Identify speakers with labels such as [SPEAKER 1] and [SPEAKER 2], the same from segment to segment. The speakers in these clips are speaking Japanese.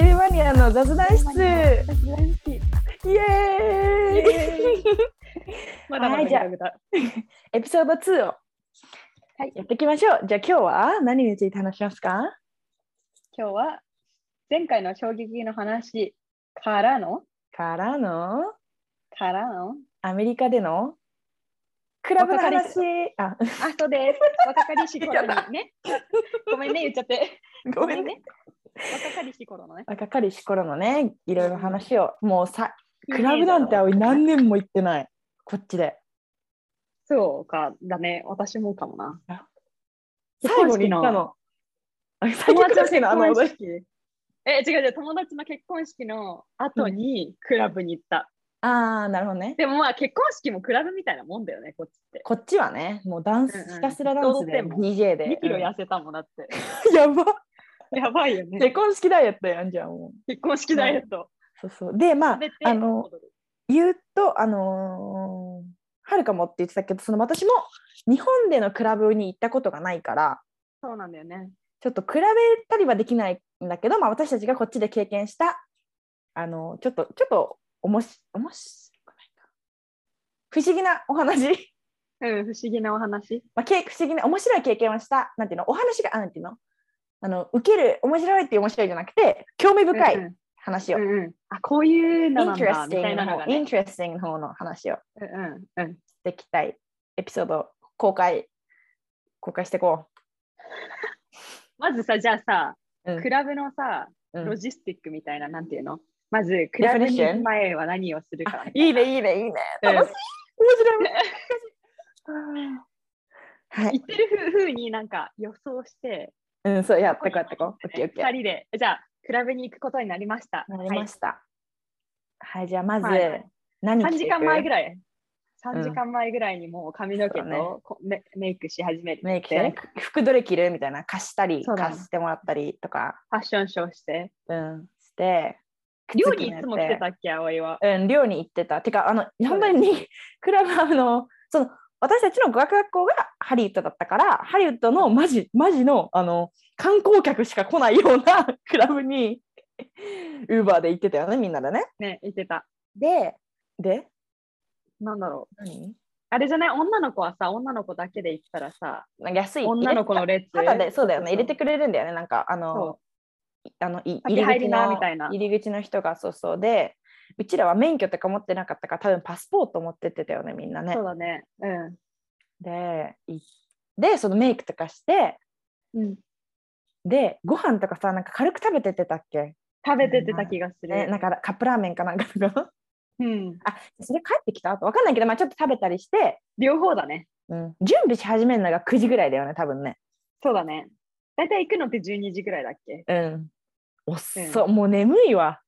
[SPEAKER 1] の雑談室イエーイ
[SPEAKER 2] まだ
[SPEAKER 1] は
[SPEAKER 2] まだ
[SPEAKER 1] い
[SPEAKER 2] ぐ
[SPEAKER 1] じゃあ
[SPEAKER 2] だぐだ。
[SPEAKER 1] エピソード2を
[SPEAKER 2] はい
[SPEAKER 1] やっていきましょう。じゃあ今日は何について話しますか
[SPEAKER 2] 今日は前回の衝撃の話からの
[SPEAKER 1] からの
[SPEAKER 2] からの
[SPEAKER 1] アメリカでのクラブの
[SPEAKER 2] 若かり
[SPEAKER 1] 話
[SPEAKER 2] し。
[SPEAKER 1] あ、
[SPEAKER 2] あそうです。若かりし頃にね。ごめんね言っちゃって。
[SPEAKER 1] ごめんね。。
[SPEAKER 2] 若かりし頃のね。
[SPEAKER 1] 若かりし頃のね、いろいろ話を。もうさ、クラブなんて何年も行ってない。こっちで。
[SPEAKER 2] そうかだね。私もかもな。
[SPEAKER 1] 最後に行ったの。あ最近行ったのあの
[SPEAKER 2] 結婚式え違う違う友達の結婚式の後にクラブに行った。
[SPEAKER 1] ああ、なるほどね。
[SPEAKER 2] でもまあ結婚式もクラブみたいなもんだよねこっちって。
[SPEAKER 1] こっちはね、もうダンス、
[SPEAKER 2] うんうん
[SPEAKER 1] ひたすらダンスで、
[SPEAKER 2] どうで
[SPEAKER 1] DJ で。
[SPEAKER 2] 2キロ
[SPEAKER 1] うん
[SPEAKER 2] 痩せたもんだって。
[SPEAKER 1] やば。
[SPEAKER 2] やばいよね
[SPEAKER 1] 結。婚式ダイエットやんじゃん、もう。
[SPEAKER 2] 結婚式ダイエット。
[SPEAKER 1] そうそう。で、まあ
[SPEAKER 2] 食べて、
[SPEAKER 1] あの、
[SPEAKER 2] 踊る
[SPEAKER 1] 言うと、あのーはるかもって言ってたけど、その私も日本でのクラブに行ったことがないから、
[SPEAKER 2] そうなんだよね。
[SPEAKER 1] ちょっと比べたりはできないんだけど、まあ、私たちがこっちで経験した、あのーちょっと、ちょっと、おもし、おもし、不思議なお話、
[SPEAKER 2] うん、不思議なお話。
[SPEAKER 1] まあ、け不思議な、面白い経験をした、なんていうの、お話が、あなんていうの、あの、受ける、面白いっていう面白いじゃなくて、興味深
[SPEAKER 2] うん
[SPEAKER 1] い話を
[SPEAKER 2] うん、うんうんあ、こういうのなんだみた
[SPEAKER 1] interesting
[SPEAKER 2] いなのが
[SPEAKER 1] イン
[SPEAKER 2] ね。
[SPEAKER 1] テレスティングの方の話をし
[SPEAKER 2] うんうんうん。
[SPEAKER 1] ていきたいエピソード公開公開していこ
[SPEAKER 2] まずさ、じゃあ
[SPEAKER 1] う。う
[SPEAKER 2] さ、
[SPEAKER 1] ん
[SPEAKER 2] クラブのさ、
[SPEAKER 1] うん
[SPEAKER 2] ロジスティックみたいな、なんていうのまず、クラブに行く前は何をするか
[SPEAKER 1] あ。いいねいいねいいね。
[SPEAKER 2] うん
[SPEAKER 1] 楽しい面白い。は
[SPEAKER 2] 言
[SPEAKER 1] い
[SPEAKER 2] っ。てるふうになんか予想して、
[SPEAKER 1] うんそうやってこうやってこう。オッケーオッケ
[SPEAKER 2] 2人で、じゃあ、クラブに行くことになりました。
[SPEAKER 1] ー。なりま
[SPEAKER 2] し
[SPEAKER 1] した。はいじゃあまず
[SPEAKER 2] はい
[SPEAKER 1] 何
[SPEAKER 2] 3時間前ぐ
[SPEAKER 1] らい
[SPEAKER 2] らい。
[SPEAKER 1] うん
[SPEAKER 2] 3時間前ぐらいにもう髪の毛
[SPEAKER 1] そうだね
[SPEAKER 2] とこメメイクし始めて、
[SPEAKER 1] メイクしてね服どれ着るみたいな貸したり
[SPEAKER 2] そうだね
[SPEAKER 1] 貸してもらったりとか
[SPEAKER 2] ファッションショーして、
[SPEAKER 1] うんして。
[SPEAKER 2] 寮にいつも来て
[SPEAKER 1] た
[SPEAKER 2] たっけ、葵は。
[SPEAKER 1] うん、寮に行ってた。てか、あの、
[SPEAKER 2] そう
[SPEAKER 1] 本
[SPEAKER 2] だ
[SPEAKER 1] 当
[SPEAKER 2] よ
[SPEAKER 1] にクラブハウの、その、私たちの語学学校がハリウッドだったから、ハリウッドのマジ、マジの、あの、観光客しか来ないような クラブに、ウーバーで行ってたよね、みんなでね。
[SPEAKER 2] ね、行ってた。
[SPEAKER 1] で、で、
[SPEAKER 2] なんだろう。
[SPEAKER 1] 何
[SPEAKER 2] あれじゃない女の子はさ、女の子だけで行ったらさ、
[SPEAKER 1] なんか安い。
[SPEAKER 2] 女の子の
[SPEAKER 1] 入れ
[SPEAKER 2] 列。
[SPEAKER 1] ただで、そうだよね、入れて
[SPEAKER 2] く
[SPEAKER 1] くれるんだよね、なんか、あの
[SPEAKER 2] そ、
[SPEAKER 1] あの、い
[SPEAKER 2] 先
[SPEAKER 1] 入り
[SPEAKER 2] 入
[SPEAKER 1] 口
[SPEAKER 2] り
[SPEAKER 1] の
[SPEAKER 2] なみたいな
[SPEAKER 1] 入り口の人が、そうそうで、うちらは免許とか持ってなかったから、多分パスポート持ってってたよね、みんな
[SPEAKER 2] う
[SPEAKER 1] ね
[SPEAKER 2] そう。だね。
[SPEAKER 1] でいでそのメイクとかして
[SPEAKER 2] うん。うん、
[SPEAKER 1] でご飯とかさなんか軽く食べてってたっけ、
[SPEAKER 2] 食べてってた気がする。
[SPEAKER 1] ね、なんかカップラーメンかなんかとか
[SPEAKER 2] うん、
[SPEAKER 1] あそれ帰ってきたあと分かんないけど、まあ、ちょっと食べたりして、
[SPEAKER 2] 両方だね。
[SPEAKER 1] うん、準備し始めるのが9時ぐらいだよね多分ね
[SPEAKER 2] そうだね。大体行くのって12時ぐらいだっけ
[SPEAKER 1] うん遅っ、もう眠いわ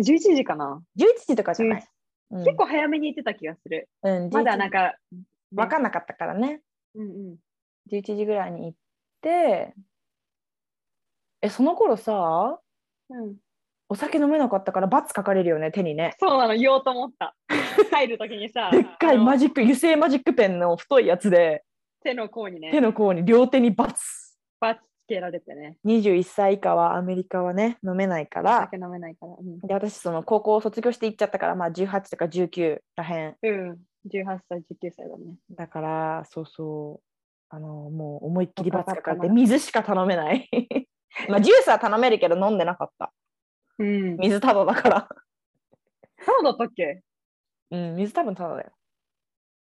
[SPEAKER 2] ?11 時かな、
[SPEAKER 1] 11時とかじゃない、うん、
[SPEAKER 2] 結構早めに行ってた気がする。
[SPEAKER 1] うん、
[SPEAKER 2] まだなん
[SPEAKER 1] か
[SPEAKER 2] か、
[SPEAKER 1] 分かんなかったからね
[SPEAKER 2] うんうん。
[SPEAKER 1] 11時ぐらいに行ってえその頃さ
[SPEAKER 2] うん、
[SPEAKER 1] お酒飲めなかったから罰書かれるよね手にね
[SPEAKER 2] そうなの、言おうと思った。入るときにさ、
[SPEAKER 1] でっかいマ
[SPEAKER 2] ジ
[SPEAKER 1] ジック油性マジックペンの太いやつで
[SPEAKER 2] 手の甲にね
[SPEAKER 1] 手、の甲に両手にバツ
[SPEAKER 2] バツつけられてね、
[SPEAKER 1] 21歳以下はアメリカはね飲めないか
[SPEAKER 2] お
[SPEAKER 1] ら
[SPEAKER 2] 酒飲めないから。うん
[SPEAKER 1] で私その高校を卒業して行っちゃったから、まあ、18とか19らへん
[SPEAKER 2] うん、18歳、19歳だね。
[SPEAKER 1] だからそうそうあのもう思いっきりバツかかっ
[SPEAKER 2] わか
[SPEAKER 1] て
[SPEAKER 2] ったな
[SPEAKER 1] 水しか頼めない まあジュースは頼めるけど飲んでなかった
[SPEAKER 2] うん。
[SPEAKER 1] 水ただだから
[SPEAKER 2] そうだったっけ
[SPEAKER 1] うん水多分ただだよ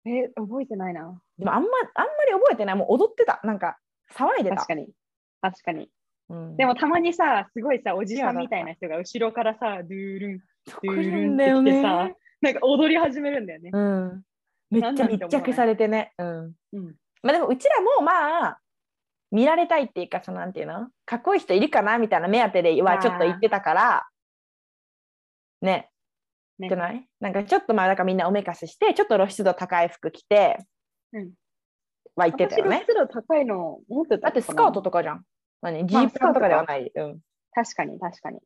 [SPEAKER 2] え、覚えてないな。
[SPEAKER 1] でもあんまあんまり覚えてないもう踊ってたなんか騒いでた
[SPEAKER 2] 確かに。確かに。
[SPEAKER 1] うん
[SPEAKER 2] でもたまにさ、すごいさ、おじさんみたいな人が後ろからさ、ドゥールン、
[SPEAKER 1] そう
[SPEAKER 2] ドゥ
[SPEAKER 1] 来る
[SPEAKER 2] ール
[SPEAKER 1] ん
[SPEAKER 2] ン
[SPEAKER 1] だよ
[SPEAKER 2] ってき
[SPEAKER 1] ね
[SPEAKER 2] てさ、なんか踊り始めるんだよね。
[SPEAKER 1] うん、めっ
[SPEAKER 2] なん
[SPEAKER 1] ちゃ
[SPEAKER 2] なんて
[SPEAKER 1] 密
[SPEAKER 2] 思わな
[SPEAKER 1] 着
[SPEAKER 2] い
[SPEAKER 1] されてね。うん、
[SPEAKER 2] うん。
[SPEAKER 1] まあでもうちらもまあ見られたいっていうかそのなんていうのかっこいい人いるかなみたいな目当てで
[SPEAKER 2] あ
[SPEAKER 1] は
[SPEAKER 2] ー
[SPEAKER 1] ちょっと言ってたからね
[SPEAKER 2] ね
[SPEAKER 1] じゃないなんかちょっとまあなんかみんなおめかししてちょっと露出度高い服着て
[SPEAKER 2] うん
[SPEAKER 1] は言ってた
[SPEAKER 2] 私
[SPEAKER 1] よ
[SPEAKER 2] の
[SPEAKER 1] ね。
[SPEAKER 2] 湿度高いの持ってた
[SPEAKER 1] だってスカート
[SPEAKER 2] と。
[SPEAKER 1] とかじゃん。何ジ
[SPEAKER 2] まあ
[SPEAKER 1] ーパンとかではない。うん。
[SPEAKER 2] 確かに、確かに。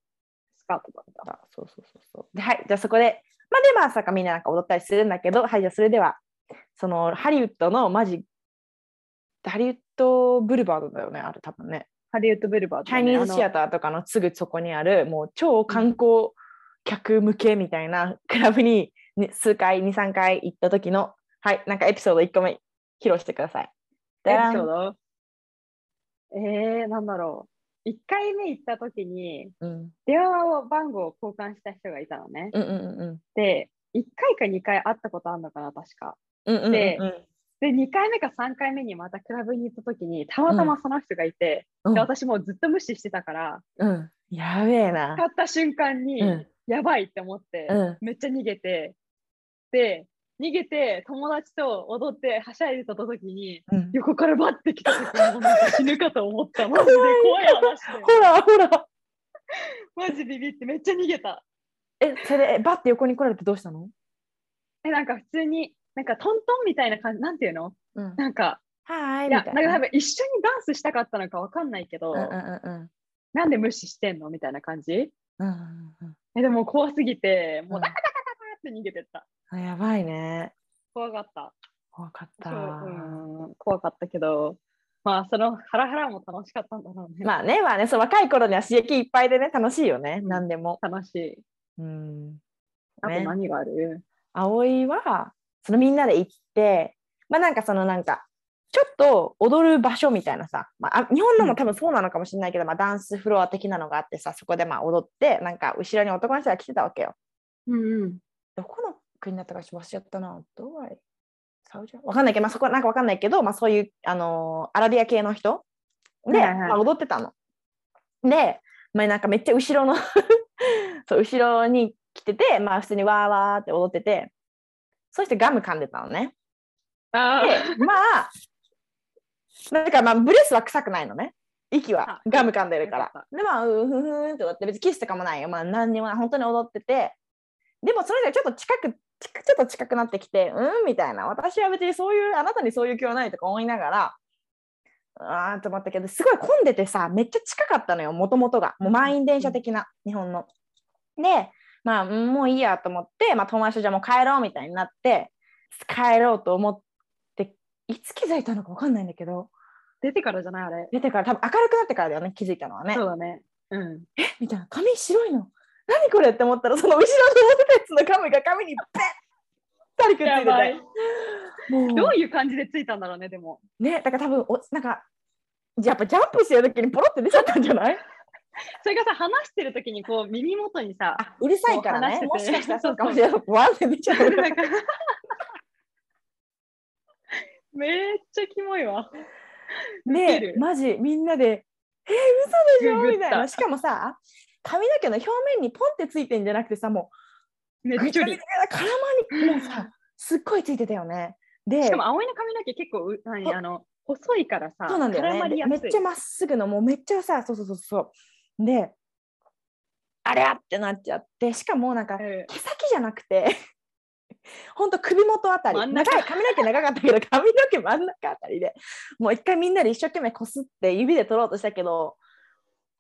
[SPEAKER 2] スカートだった。
[SPEAKER 1] あそうそうそうそう。で、はい、じゃあそこで、まあで、まあ、さかみんななんか踊ったりするんだけど、はい、じゃあそれでは、そのハリウッドのマジ、ハリウッドブルバードだよね、あれ多分ね。
[SPEAKER 2] ハリウッドブルバード
[SPEAKER 1] チャ
[SPEAKER 2] だ
[SPEAKER 1] イ
[SPEAKER 2] ね、
[SPEAKER 1] ニーズシアターとかのすぐそこにあるもう超観光客向けみたいな クラブに、ね、数回23回行った時のはいなんかエピソード1個目披露してください。
[SPEAKER 2] エ
[SPEAKER 1] だらん
[SPEAKER 2] ピソードえー、なんだろう。1回目行った時に、
[SPEAKER 1] うん
[SPEAKER 2] 電話を番号を交換した人がいたのね。
[SPEAKER 1] うんうんうん
[SPEAKER 2] で、1回か2回会ったことあるのかな、確か。
[SPEAKER 1] うんうんうん
[SPEAKER 2] で
[SPEAKER 1] うん
[SPEAKER 2] で、2回目か3回目にまたクラブに行った時に、たまたまその人がいて、
[SPEAKER 1] うん
[SPEAKER 2] で私もうずっと無視してたから、
[SPEAKER 1] うんやべえな
[SPEAKER 2] 買。った瞬間に、
[SPEAKER 1] うん
[SPEAKER 2] やばいって思って、
[SPEAKER 1] うん
[SPEAKER 2] めっちゃ逃げて、で、逃げて友達と踊ってはしゃいでた時に、
[SPEAKER 1] うん
[SPEAKER 2] 横からバッて来た時にもうなんか死ぬかと思 った。マジで怖い話だよ
[SPEAKER 1] ほらほら
[SPEAKER 2] マジビビってめっちゃ逃げた。
[SPEAKER 1] えそれえバッて横に来られてどうしたの、
[SPEAKER 2] え、なんか普通に、なんかトントンみたいな感じ、なんていうの
[SPEAKER 1] うん、
[SPEAKER 2] なんか、
[SPEAKER 1] はーい
[SPEAKER 2] い
[SPEAKER 1] み
[SPEAKER 2] や、
[SPEAKER 1] た
[SPEAKER 2] ないんか
[SPEAKER 1] な
[SPEAKER 2] 多。分一緒にダンスしたかったのかわかんないけど、
[SPEAKER 1] うんうんうん
[SPEAKER 2] なんで無視してんのみたいな感じ
[SPEAKER 1] うんうんうん
[SPEAKER 2] え、でも怖すぎて、もううんダカダカダカって逃げてった。
[SPEAKER 1] あやばいね。
[SPEAKER 2] 怖かった。
[SPEAKER 1] 怖かった。
[SPEAKER 2] そううん、怖かったけど、まあ、そのハラハラも楽しかったんだろうね。
[SPEAKER 1] まあね、まあね、そう若い頃には刺激いっぱいでね、楽しいよね、
[SPEAKER 2] うん
[SPEAKER 1] 何でも。
[SPEAKER 2] 楽しい。
[SPEAKER 1] うん。
[SPEAKER 2] あと
[SPEAKER 1] ね、
[SPEAKER 2] 何がある、
[SPEAKER 1] 葵は、そのみんなで行って、まあなんかそのなんか、ちょっと踊る場所みたいなさ、まあ、あ日本のも多分そうなのかもしれないけど、まあ、ダンスフロア的なのがあってさ、そこでまあ踊って、なんか後ろに男の人が来てたわけよ。
[SPEAKER 2] うんうん。
[SPEAKER 1] どこの国だったか忘れちゃったな。ドバイサウジアわかんないけど、まあ、そこはなんかわかんないけど、まあ、そういう、あのーアラビア系の人で、
[SPEAKER 2] はいはい
[SPEAKER 1] まあ、踊ってたの。で、まあ、なんかめっちゃ後ろの そう後ろに来てて、まあ、普通にわーわーって踊っててそしてガム噛んでたのね。
[SPEAKER 2] あ
[SPEAKER 1] で まあなんかまあブレスは臭くないのね息は
[SPEAKER 2] あ
[SPEAKER 1] ガム噛んでるか
[SPEAKER 2] よ
[SPEAKER 1] ら
[SPEAKER 2] かっ
[SPEAKER 1] でまあうふふんって踊って別にキスとかもないよまあ何にもない本当に踊っててでもそれぞれちょっと近くちちょっと近くなってきてうんみたいな私は別にそういうあなたにそういう気はないとか思いながらあーと思ったけどすごい混んでてさめっちゃ近かったのよもともとがもう満員電車的な日本の。でまあうんもういいやと思って、まあ、友達とじゃあもう帰ろうみたいになって帰ろうと思っていつ気づいたのか分かんないんだけど
[SPEAKER 2] 出てからじゃないあれ。
[SPEAKER 1] 出てから多分明るくなってからだよね気づいたのはね
[SPEAKER 2] そうだね。うん。
[SPEAKER 1] みたいな髪白いの何これって思ったらその後ろの持ってたやつの髪が髪にベッたりくっつい
[SPEAKER 2] やばい
[SPEAKER 1] て。てもう
[SPEAKER 2] どういう感じでついたんだろうね、でも。
[SPEAKER 1] ねだから多分おなんかやっぱジャンプしてる時にポロって出ちゃったんじゃない
[SPEAKER 2] それがさ、話してる時にこう耳元にさ、
[SPEAKER 1] あうるさいからね
[SPEAKER 2] こ
[SPEAKER 1] も
[SPEAKER 2] う話し
[SPEAKER 1] して
[SPEAKER 2] て
[SPEAKER 1] かしたらそうかも しれないわーって出ちゃう
[SPEAKER 2] なんか めっちゃキモいわ。ウ
[SPEAKER 1] で
[SPEAKER 2] ケる
[SPEAKER 1] マジみんなで「えー、嘘でしょ?」
[SPEAKER 2] ググった
[SPEAKER 1] みたいなしかもさ髪の毛の表面にポンってついてんじゃなくてさも
[SPEAKER 2] め
[SPEAKER 1] う
[SPEAKER 2] っ
[SPEAKER 1] ぐ
[SPEAKER 2] ち
[SPEAKER 1] ち
[SPEAKER 2] ゃ
[SPEAKER 1] ゃ
[SPEAKER 2] り
[SPEAKER 1] ぐちゃ絡まにもうさすっごいついてたよねで
[SPEAKER 2] しかも葵の髪の毛結構う何
[SPEAKER 1] そう
[SPEAKER 2] あの細いからさ、
[SPEAKER 1] そうなんだよ
[SPEAKER 2] 絡まり
[SPEAKER 1] ね
[SPEAKER 2] や
[SPEAKER 1] めっ
[SPEAKER 2] すい
[SPEAKER 1] ちゃ。まっすぐのもうめっちゃさそうそうそうそうであれゃってなっちゃってしかもなんか
[SPEAKER 2] うん
[SPEAKER 1] 毛先じゃなくて ほんと首元あたり
[SPEAKER 2] 真ん
[SPEAKER 1] 長
[SPEAKER 2] 中
[SPEAKER 1] い髪の毛長かったけど 髪の毛真ん中あたりでもう一回みんなで一生懸命こすって指で取ろうとしたけど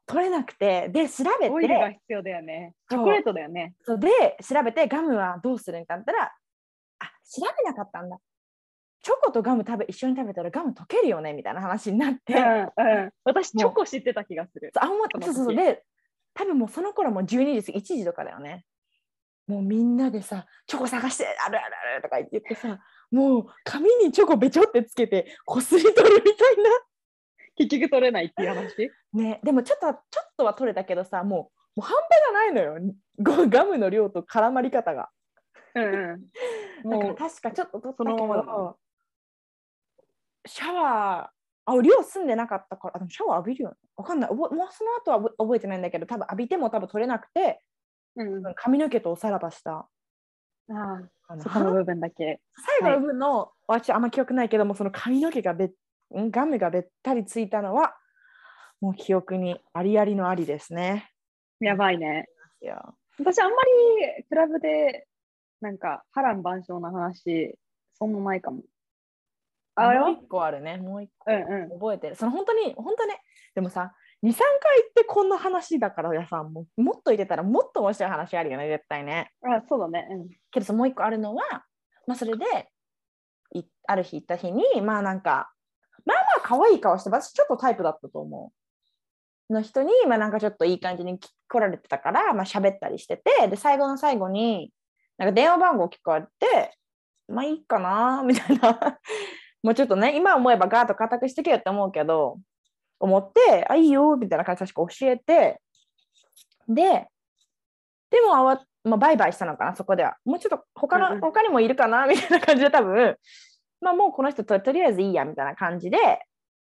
[SPEAKER 1] 取れなくてで調べ
[SPEAKER 2] オイルが
[SPEAKER 1] て
[SPEAKER 2] 必要だよね。チ
[SPEAKER 1] そう
[SPEAKER 2] ョコレートだよね。
[SPEAKER 1] そうで調べてガムはどうするんかって言ったらあ調べなかったんだチョコとガム食べ一緒に食べたらガム溶けるよねみたいな話になって、
[SPEAKER 2] うんうん。私
[SPEAKER 1] もう
[SPEAKER 2] チョコ知ってた気がする。
[SPEAKER 1] そうあもう
[SPEAKER 2] その
[SPEAKER 1] そう
[SPEAKER 2] 時
[SPEAKER 1] そうそうで多分もうその頃もう12時過ぎ1時とかだよねもうみんなでさチョコ探してあるあるあるとか言ってさもう紙にチョコべちょってつけてこすり取るみたい
[SPEAKER 2] 結局取れないっていう話。
[SPEAKER 1] なねでもちょっとはちょっとは取れたけどさもうもう半端がないのよごガムの量と絡まり方が
[SPEAKER 2] うんうん。
[SPEAKER 1] だから
[SPEAKER 2] も
[SPEAKER 1] 確かちょっと取った
[SPEAKER 2] そ
[SPEAKER 1] け
[SPEAKER 2] のままだも
[SPEAKER 1] どシャワーあ量住んでなかったからあでもシャワー浴びるよねわかんない覚えもうその後は覚覚えてないんだけど多分浴びても多分取れなくて
[SPEAKER 2] う、うん
[SPEAKER 1] うん髪の毛とおさらばした。
[SPEAKER 2] ああ
[SPEAKER 1] あの
[SPEAKER 2] そこの部分だけ。
[SPEAKER 1] 最後の部分の、私あんま記憶ないけどもその髪の毛がべっんガムがべったりついたのはもう記憶にありありのありですね。
[SPEAKER 2] やばいね。
[SPEAKER 1] いや
[SPEAKER 2] 私あんまりクラブでなんか波乱万象な話そんなないかも。あれは
[SPEAKER 1] もう一個あるねもう一個
[SPEAKER 2] うんうん。
[SPEAKER 1] 覚えてるその本当に本当ねでもさ23回行ってこんな話だからやさもうもっと言ってたらもっと面白い話あるよね絶対ね。
[SPEAKER 2] あそうだね。うん
[SPEAKER 1] けどそのもう一個あるのは、まあ、それでいある日行った日にまあなんかまあまあ可愛い顔して私ちょっとタイプだったと思う。の人に、まあ、なんかちょっといい感じに来来られてたから、まあ喋ったりしててで最後の最後になんか電話番号聞かれてまあいいかな みたいなもうちょっとね今思えばガーッと固くしてけよって思うけど思ってあいいよみたいな感じで確か教えてででもあわ、まあ、バイバイしたのかなそこではもうちょっと他
[SPEAKER 2] うんう
[SPEAKER 1] の
[SPEAKER 2] ん
[SPEAKER 1] 他にもいるかなみたいな感じで多分まあもうこの人ととりあえずいいやみたいな感じで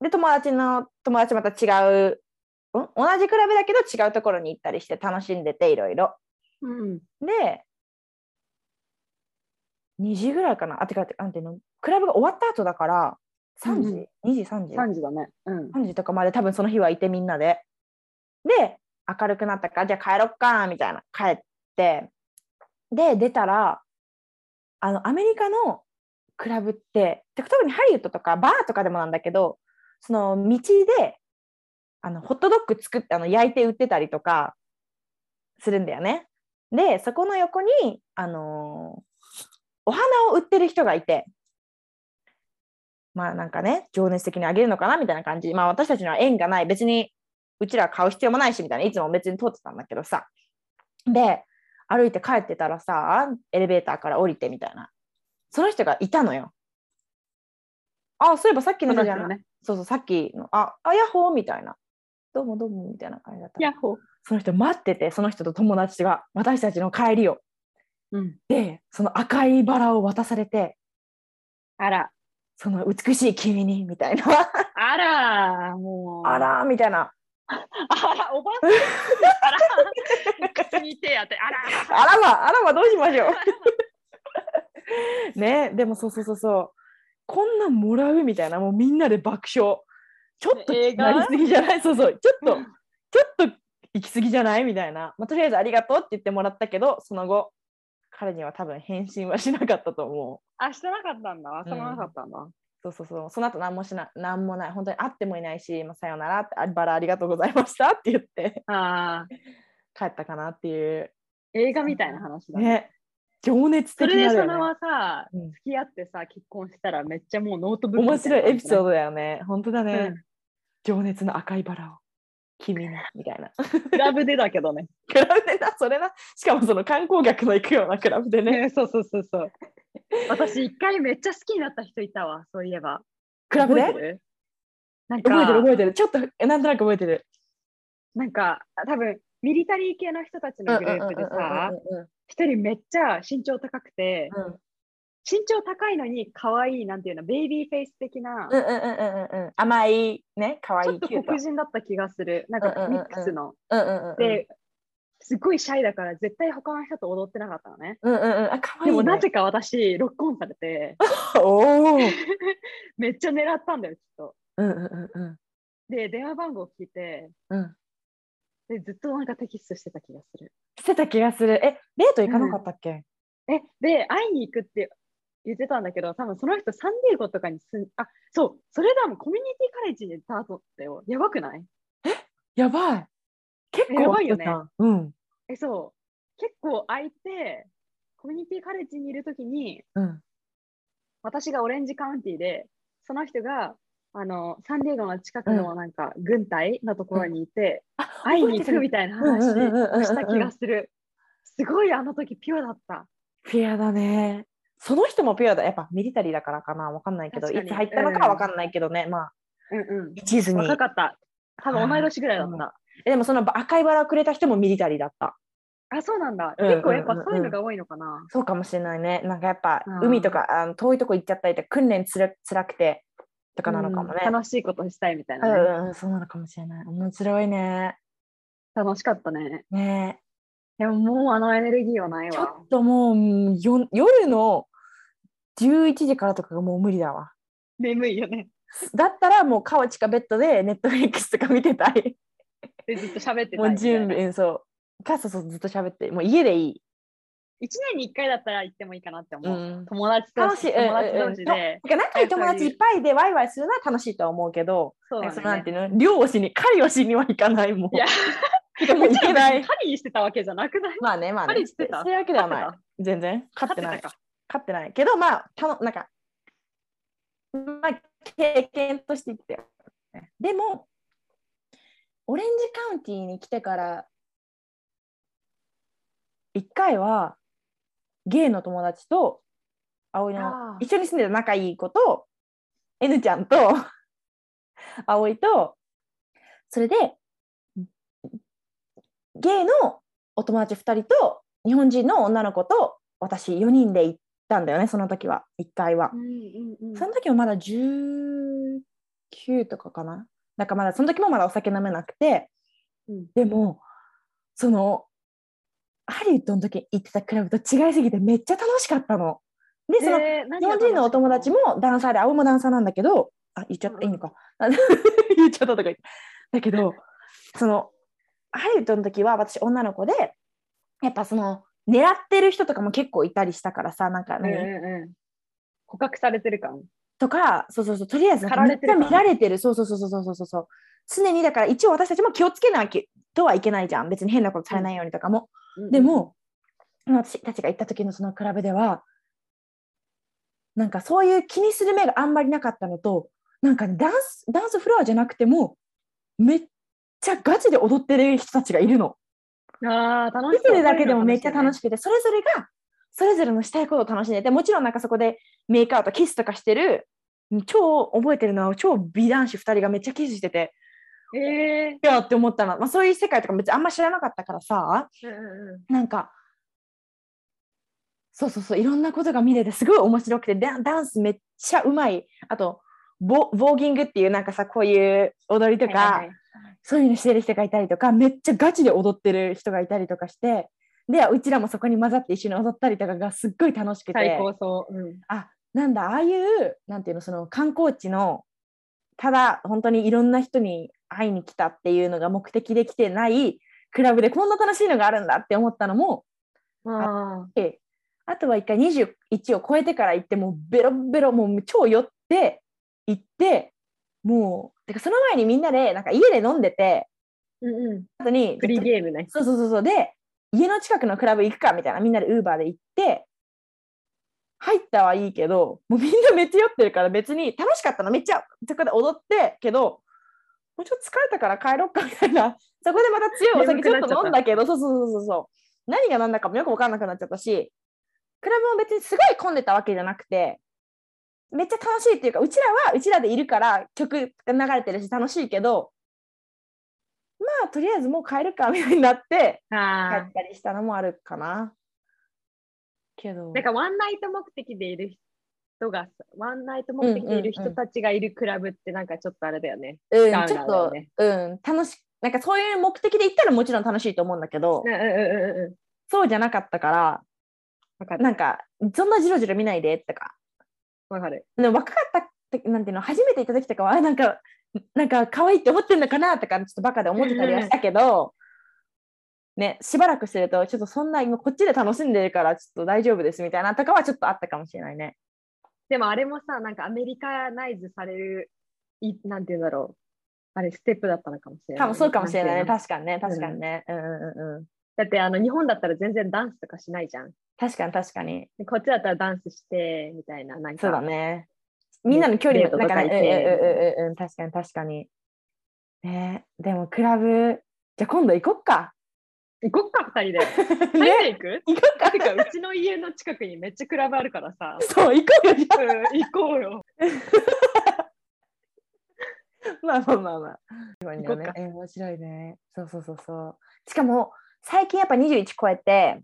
[SPEAKER 1] で友達の友達また違ううん同じクラブだけど違うところに行ったりして楽しんでていろいろ。
[SPEAKER 2] うん。
[SPEAKER 1] で、2時ぐらいかな。あ、てか、てなんていうの、クラブが終わった後だから、3時、2時、3時、
[SPEAKER 2] 3時だね。うん。
[SPEAKER 1] 3時とかまで多分その日はいてみんなで。で、明るくなったから、じゃあ帰ろっか、みたいな。帰って。で、出たら、あの、アメリカのクラブって、てか特にハリウッドとかバーとかでもなんだけど、その道で、あの、ホットドッグ作って、あの、焼いて売ってたりとか、するんだよね。で、そこの横に、あのーお花を売ってる人がいて、まあなんかね、情熱的にあげるのかなみたいな感じ。まあ私たちには縁がない。別に、うちらは買う必要もないし、みたいな。いつも別に通ってたんだけどさ。で、歩いて帰ってたらさ、エレベーターから降りてみたいな。その人がいたのよ。あ、そういえばさっきの人じゃない、
[SPEAKER 2] ね。
[SPEAKER 1] そうそう、さっきの、あ、あヤッホーみたいな。どうもどうもみたいな感じだった。
[SPEAKER 2] ヤッホー。
[SPEAKER 1] その人待ってて、その人と友達が私たちの帰りを。
[SPEAKER 2] うん。
[SPEAKER 1] で、その赤いバラを渡されて、
[SPEAKER 2] あら。
[SPEAKER 1] その美しい君に、みたいな。
[SPEAKER 2] あら。もう。
[SPEAKER 1] あ。らーみたいな。
[SPEAKER 2] あら、おばあさん。口に手当て。あ
[SPEAKER 1] あ
[SPEAKER 2] ら。
[SPEAKER 1] らま、あらま、どうしましょう。ね、でもそうそうそうそう。こんなんもらうみたいな、もうみんなで爆笑。ちょっと
[SPEAKER 2] 映画
[SPEAKER 1] なりすぎじゃないそうそう。ちょっと
[SPEAKER 2] うん、
[SPEAKER 1] ちょっと行き過ぎじゃないみたいな。まあ、とりあえずありがとうって言ってもらったけど、その後、彼には多分返信はしなかったと思う。
[SPEAKER 2] あ、してなかったんだ。頭なかったんだ。
[SPEAKER 1] そうそうそう、その後何もしな、何もない、本当に会ってもいないし、まあ、さよならって、あバラありがとうございました って言って
[SPEAKER 2] ああ。
[SPEAKER 1] 帰ったかなっていう。
[SPEAKER 2] 映画みたいな話だね。
[SPEAKER 1] ね、情熱
[SPEAKER 2] そ
[SPEAKER 1] 的
[SPEAKER 2] れ
[SPEAKER 1] な
[SPEAKER 2] で
[SPEAKER 1] よね
[SPEAKER 2] それはさ、
[SPEAKER 1] うん
[SPEAKER 2] 付き合ってさ、結婚したらめっちゃもうノートブック
[SPEAKER 1] 面
[SPEAKER 2] みたな
[SPEAKER 1] 白いエピソー
[SPEAKER 2] 感
[SPEAKER 1] ドだよね。本当だ
[SPEAKER 2] じ
[SPEAKER 1] ね
[SPEAKER 2] だ。ね。
[SPEAKER 1] 情熱の赤いバラを。君にみたいな。
[SPEAKER 2] うんクラブでだけど ね。
[SPEAKER 1] クラブでな、それな。しかもその観光客の行くようなクラブで ね。
[SPEAKER 2] ねそうそうそうそう。私、一回めっちゃ好きになった人いたわ、そういえば。
[SPEAKER 1] クラブで
[SPEAKER 2] 覚えてるなんか
[SPEAKER 1] 覚えてる覚えてる。ちょっと、えなんとなく覚えてる。
[SPEAKER 2] なんか、多分ミリタリー系の人たちのグループでさ、
[SPEAKER 1] うんうん
[SPEAKER 2] 一人めっちゃ身長高くて、
[SPEAKER 1] うんうん
[SPEAKER 2] 身長高いのに可愛いなんていうの、ベイビーフェイス的
[SPEAKER 1] うんうん
[SPEAKER 2] な、
[SPEAKER 1] うんうんうん。甘い、ね、可
[SPEAKER 2] ち
[SPEAKER 1] 愛
[SPEAKER 2] ょっ
[SPEAKER 1] い
[SPEAKER 2] と
[SPEAKER 1] キュート
[SPEAKER 2] 黒人だった気がする。なん
[SPEAKER 1] うんうん
[SPEAKER 2] か
[SPEAKER 1] うん
[SPEAKER 2] ミ
[SPEAKER 1] うん
[SPEAKER 2] ックスの。
[SPEAKER 1] うんうんうん。
[SPEAKER 2] で、すごいシャイだから絶対他の人と踊ってなかったのね。
[SPEAKER 1] うんうんうん。あ、可愛いね。
[SPEAKER 2] でもなぜか私、ロックオンされて、
[SPEAKER 1] おお。うん
[SPEAKER 2] めっちゃ狙ったんだよ、きっと。
[SPEAKER 1] うんうんうん。
[SPEAKER 2] で、電話番号聞いて、
[SPEAKER 1] うん
[SPEAKER 2] でずっとなんかテキストしてた気がする。
[SPEAKER 1] してた気がする。え、デート行かなかったっけ、
[SPEAKER 2] え、で、会いに行くって言ってたんだけど、多分その人、サンディエゴとかに住ん、あ、そう、それだもん、コミュニティカレッジに行った後だよ。やばくない
[SPEAKER 1] やばい。結構
[SPEAKER 2] やばいよね
[SPEAKER 1] 会ってたうん。
[SPEAKER 2] え、そう、結構空いて、コミュニティカレッジにいるときに、
[SPEAKER 1] うん。
[SPEAKER 2] 私がオレンジカウンティで、その人が、あの、サンディエゴの近くのなんか、軍隊のところにいて、
[SPEAKER 1] あ、
[SPEAKER 2] 会いに行くみたいな話
[SPEAKER 1] うんうんうんうんうんう
[SPEAKER 2] を
[SPEAKER 1] ん
[SPEAKER 2] した気がする。すごいあの時ピュアだった。
[SPEAKER 1] ピュアだね。その人もピュアだ。やっぱミリタリーだからかな。わかんないけど、
[SPEAKER 2] 確か
[SPEAKER 1] い
[SPEAKER 2] に
[SPEAKER 1] つ入ったのかはわかんないけどね。まあ、
[SPEAKER 2] うん
[SPEAKER 1] 地図
[SPEAKER 2] うん。
[SPEAKER 1] に
[SPEAKER 2] 若。かった。多分同い年ぐらいだ
[SPEAKER 1] う
[SPEAKER 2] っ
[SPEAKER 1] ん
[SPEAKER 2] た。
[SPEAKER 1] えでもその赤いバラをくれた人もミリタリーだった。
[SPEAKER 2] あ、そうなんだ。
[SPEAKER 1] うんうんうんうん
[SPEAKER 2] 結構やっぱそういうのが多いのかな。
[SPEAKER 1] そうかもしれないね。なんかやっぱ
[SPEAKER 2] うん
[SPEAKER 1] 海とか、あの遠いとこ行っちゃったりとか、訓練つら辛くてとかなのかもね。
[SPEAKER 2] うん楽しいことしたいみたいうなね。
[SPEAKER 1] んうん、そうなのかもしれない。面白いね。
[SPEAKER 2] 楽しかったね。
[SPEAKER 1] ねえ。
[SPEAKER 2] でももうあのエネルギーはない
[SPEAKER 1] ちょ
[SPEAKER 2] わ。
[SPEAKER 1] っともううんよ夜の11時からとかがもう無理だわ。
[SPEAKER 2] 眠いよね。
[SPEAKER 1] だったらもうカウチかベッドでネットフリックスとか見てたい。
[SPEAKER 2] でずっと喋ってた
[SPEAKER 1] も
[SPEAKER 2] いみたいな。
[SPEAKER 1] う準備、うんそう。かそうそうずっと喋って、もう家でいい。
[SPEAKER 2] 一年に一回だったら行ってもいいかなって思う。
[SPEAKER 1] ん、
[SPEAKER 2] 友達と
[SPEAKER 1] 楽しいうんうんうん
[SPEAKER 2] 友達同士で。
[SPEAKER 1] なんか仲いい友達いっぱいでワイワイするのは楽しいとは思うけど、
[SPEAKER 2] そう
[SPEAKER 1] なんか
[SPEAKER 2] だ
[SPEAKER 1] そのなん
[SPEAKER 2] ね
[SPEAKER 1] て。いうの、漁をしに、狩りをしにはいかないもん。
[SPEAKER 2] いや、
[SPEAKER 1] てかもういけない。
[SPEAKER 2] 狩りしてたわけじゃなくない
[SPEAKER 1] まあね、まあ
[SPEAKER 2] 狩
[SPEAKER 1] ね。
[SPEAKER 2] りしてた
[SPEAKER 1] そういうわけではない
[SPEAKER 2] 飼っ。
[SPEAKER 1] 全然。勝ってない
[SPEAKER 2] た。か。
[SPEAKER 1] 勝ってないけどまあたのなんかまあ経験として言ってでも
[SPEAKER 3] オレンジカウンティーに来てから、
[SPEAKER 1] 一回はゲイの友達と葵の
[SPEAKER 2] あー
[SPEAKER 1] 一緒に住んでた仲いい子と N ちゃんと 葵とそれでゲイのお友達2人と日本人の女の子と私4人で行ったんだよねその時は1回は
[SPEAKER 2] う。んうんうん
[SPEAKER 1] その時もまだ19とかかな。だからまだその時もまだお酒飲めなくて、
[SPEAKER 2] うん
[SPEAKER 1] でもそのハリウッドの時行ってたクラブと違いすぎてめっちゃ楽しかったの。でその
[SPEAKER 2] えー何
[SPEAKER 1] 日
[SPEAKER 2] が
[SPEAKER 1] 本人のお友達
[SPEAKER 2] 楽し
[SPEAKER 1] もダンサーで青もダンサーなんだけどあ言っちゃった、
[SPEAKER 2] うんうん
[SPEAKER 1] いいのかあ 言っちゃったとか言ってだけどそのハリウッドの時は私女の子でやっぱその狙ってる人とかも結構いたりしたからさなんか
[SPEAKER 2] かった
[SPEAKER 1] 何、
[SPEAKER 2] うんうんうん捕獲されてる感。
[SPEAKER 1] とか、そうそうそう、とりあえずなんか
[SPEAKER 2] 駆
[SPEAKER 1] めっち
[SPEAKER 2] られて
[SPEAKER 1] ゃ
[SPEAKER 2] る
[SPEAKER 1] 見られてる、そうそうそうそうそうそうそう。常にだから一応私たちも気をつけなきゃとはいけないじゃん。別に変なことされないようにとかも。
[SPEAKER 2] うんうん
[SPEAKER 1] で、も、私たちが行った時のそのクラブでは、なんかそういう気にする目があんまりなかったのと、なんかねダンス、ダンスフロアじゃなくても、めっちゃガチで踊ってる人たちがいるの。
[SPEAKER 2] ああ、楽
[SPEAKER 1] 見
[SPEAKER 2] しい。
[SPEAKER 1] てるだけでもめっちゃ楽
[SPEAKER 2] し
[SPEAKER 1] しくて、それぞれがそれぞれのしたいことを楽しんでて、もちろんなんかそこでメイクアウト、キスとかしてる、超覚えてるのは超美男子2人がめっちゃキスしてて、
[SPEAKER 2] い。え
[SPEAKER 1] いやーって思ったの、まあ、そういう世界とか別にあんま知らなかったからさ、
[SPEAKER 2] ーうんうん
[SPEAKER 1] なんか、そうそうそう、いろんなことが見れて、すごい面白くて、ダンダンスめっちゃうまい。あと、ボボーギングっていうなんかさ、こういう踊りと
[SPEAKER 2] うん。
[SPEAKER 1] か、
[SPEAKER 2] はいはいはい
[SPEAKER 1] そういうのしてる人がいたりとか、めっちゃガチで踊ってる人がいたりとかして、で、うちらもそこに混ざって一緒に踊ったりとかがすっごい楽しくて、
[SPEAKER 2] 最高そう。うん
[SPEAKER 1] あ、なんだ、ああいう、なんていうの、その観光地の、ただ本当にいろんな人に会いに来たっていうのが目的で来てないクラブでこんな楽しいのがあるんだって思ったのも、
[SPEAKER 2] あ
[SPEAKER 1] えあとは一回21を超えてから行ってもうベロベロもう超酔って行ってもうてかその前にみんなでなんか家で飲んでて
[SPEAKER 2] ーうんうん
[SPEAKER 1] 後に
[SPEAKER 2] フリーゲームね。
[SPEAKER 1] そうそうそうそうで家の近くのクラブ行くかみたいなみんなでウーバーで行って入ったはいいけどもうみんなめっちゃ酔ってるから別に楽しかったのめっちゃそこで踊ってけどもうちょっと疲れたから帰ろっかみたいな そこでまた強いお酒ち
[SPEAKER 2] 眠くな
[SPEAKER 1] ょ
[SPEAKER 2] っ
[SPEAKER 1] っ
[SPEAKER 2] ちゃった
[SPEAKER 1] と飲んだけどそうそうそうそうそう何が何だかもよく分かんなくなっちゃったしクラブも別にすごい混んでたわけじゃなくてめっちゃ楽しいっていうかうちらはうちらでいるから曲が流れてるし楽しいけどまあとりあえずもう帰るかみたいになって帰
[SPEAKER 2] ああ
[SPEAKER 1] っ。たりしたのもあるかな。けど、
[SPEAKER 2] なんかワンナイト目的でいる人が、ワンナイト目的でいる人たちがいるクラブってなんかちょっとあれだよね。
[SPEAKER 1] うん、
[SPEAKER 2] ダウナー
[SPEAKER 1] ちょっ
[SPEAKER 2] だ
[SPEAKER 1] と、
[SPEAKER 2] よね
[SPEAKER 1] うん、楽しなんかそういう目的で行ったらもちろん楽しいと思うんだけど、
[SPEAKER 2] うんうんうんうん。
[SPEAKER 1] そうじゃなかったから、
[SPEAKER 2] わかる。
[SPEAKER 1] なんか、そんなじろじろ見ないでとか、
[SPEAKER 2] わかる。
[SPEAKER 1] でも若かった時、なんていうの、初めて行った時とかは、あなんか、なんか可愛いって思ってるのかなとか、ちょっとバカで思ってたりはしたけど、ね、しばらくすると、ちょっとそんな、今こっちで楽しんでるから、ちょっと大丈夫ですみたいなとかはちょっとあったかもしれないね。
[SPEAKER 2] でもあれもさ、なんかアメリカナイズされる、いなんて言うんだろう。あれ、ステップだったのかもしれない。
[SPEAKER 1] かもそうかもしれないね。
[SPEAKER 2] んてうの
[SPEAKER 1] 確かにね、確かにね。うんうんうん。
[SPEAKER 2] だってあの日本だったら全然ダンスとかしないじゃん。
[SPEAKER 1] 確かに確かに。
[SPEAKER 2] でこっちだったらダンスしてみたいな。なんか
[SPEAKER 1] そうだね。みんなの距離もなんかね、うんうんうんうん、確かに確かに。ねでもクラブ、じゃあ今度行こっか。
[SPEAKER 2] 行こっか、二人で。
[SPEAKER 1] ね
[SPEAKER 2] 二人で行く
[SPEAKER 1] 行こっか。
[SPEAKER 2] て。か、うちの家の近くにめっちゃクラブあるからさ
[SPEAKER 1] そう、行こうよ、じゃ
[SPEAKER 2] うん、行こうよ。
[SPEAKER 1] あ。まあまあまあまあ。
[SPEAKER 2] 行こっか
[SPEAKER 1] えー面白いね。そうそうそうそう。しかも、最近やっぱ21超えて、